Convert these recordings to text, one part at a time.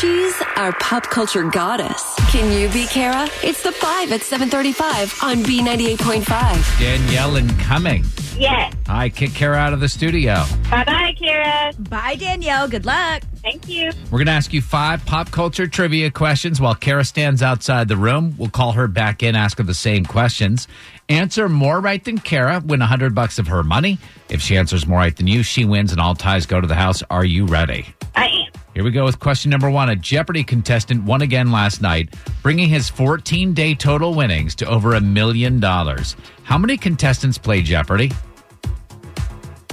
She's our pop culture goddess. Can you be Kara? It's the five at 735 on B98.5. Danielle incoming. Yes. I kick Kara out of the studio. Bye bye, Kira. Bye, Danielle. Good luck. Thank you. We're going to ask you five pop culture trivia questions while Kara stands outside the room. We'll call her back in, ask her the same questions. Answer more right than Kara, win 100 bucks of her money. If she answers more right than you, she wins and all ties go to the house. Are you ready? I am. Here we go with question number one. A Jeopardy contestant won again last night, bringing his 14 day total winnings to over a million dollars. How many contestants play Jeopardy?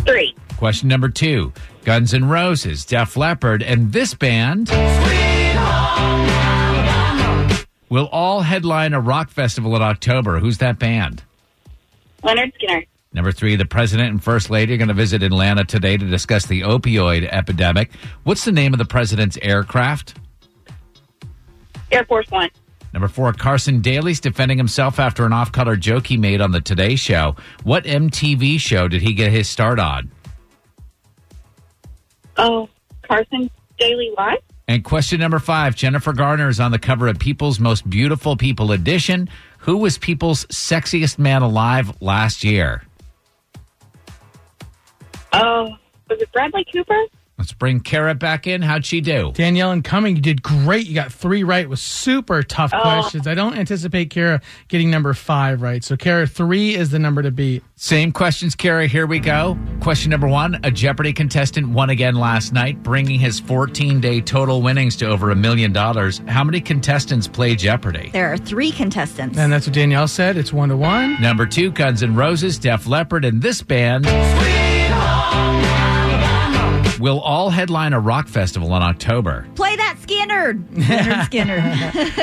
Three. Question number two Guns N' Roses, Def Leppard, and this band will all headline a rock festival in October. Who's that band? Leonard Skinner. Number three, the president and first lady are going to visit Atlanta today to discuss the opioid epidemic. What's the name of the president's aircraft? Air Force One. Number four, Carson Daly's defending himself after an off color joke he made on the Today Show. What MTV show did he get his start on? Oh, Carson Daily Live? And question number five Jennifer Garner is on the cover of People's Most Beautiful People Edition. Who was People's Sexiest Man Alive last year? Oh, was it Bradley Cooper? Let's bring Kara back in. How'd she do? Danielle and Cumming, you did great. You got three right with super tough questions. I don't anticipate Kara getting number five right. So, Kara, three is the number to beat. Same questions, Kara. Here we go. Question number one A Jeopardy contestant won again last night, bringing his 14 day total winnings to over a million dollars. How many contestants play Jeopardy? There are three contestants. And that's what Danielle said. It's one to one. Number two, Guns N' Roses, Def Leppard, and this band will all headline a rock festival in October. Play that Skinner. Leonard Skinner.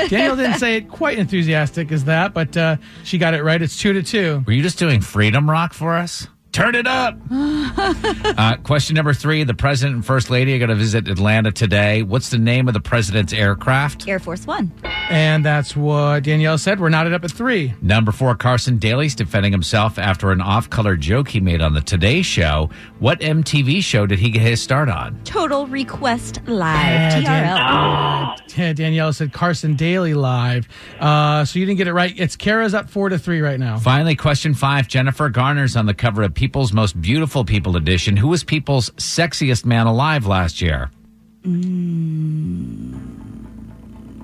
Danielle didn't say it quite enthusiastic as that, but uh, she got it right. It's two to two. Were you just doing freedom rock for us? Turn it up. uh, question number three The president and first lady are going to visit Atlanta today. What's the name of the president's aircraft? Air Force One. And that's what Danielle said. We're knotted up at three. Number four, Carson Daly's defending himself after an off color joke he made on the Today Show. What MTV show did he get his start on? Total Request Yeah, Live. TRL. Yeah, Danielle said Carson Daly live. Uh, so you didn't get it right. It's Kara's up four to three right now. Finally, question five Jennifer Garner's on the cover of People's Most Beautiful People edition. Who was People's Sexiest Man Alive last year?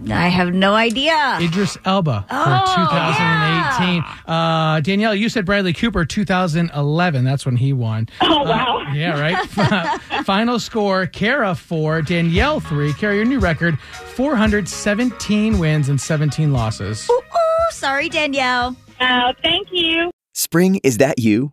I have no idea. Idris Elba for Oh, 2018. Uh, Danielle, you said Bradley Cooper 2011. That's when he won. Uh, Oh, wow. Yeah, right. Final score: Kara four, Danielle three. Kara, your new record: 417 wins and 17 losses. Ooh, ooh, sorry, Danielle. Oh, thank you. Spring, is that you?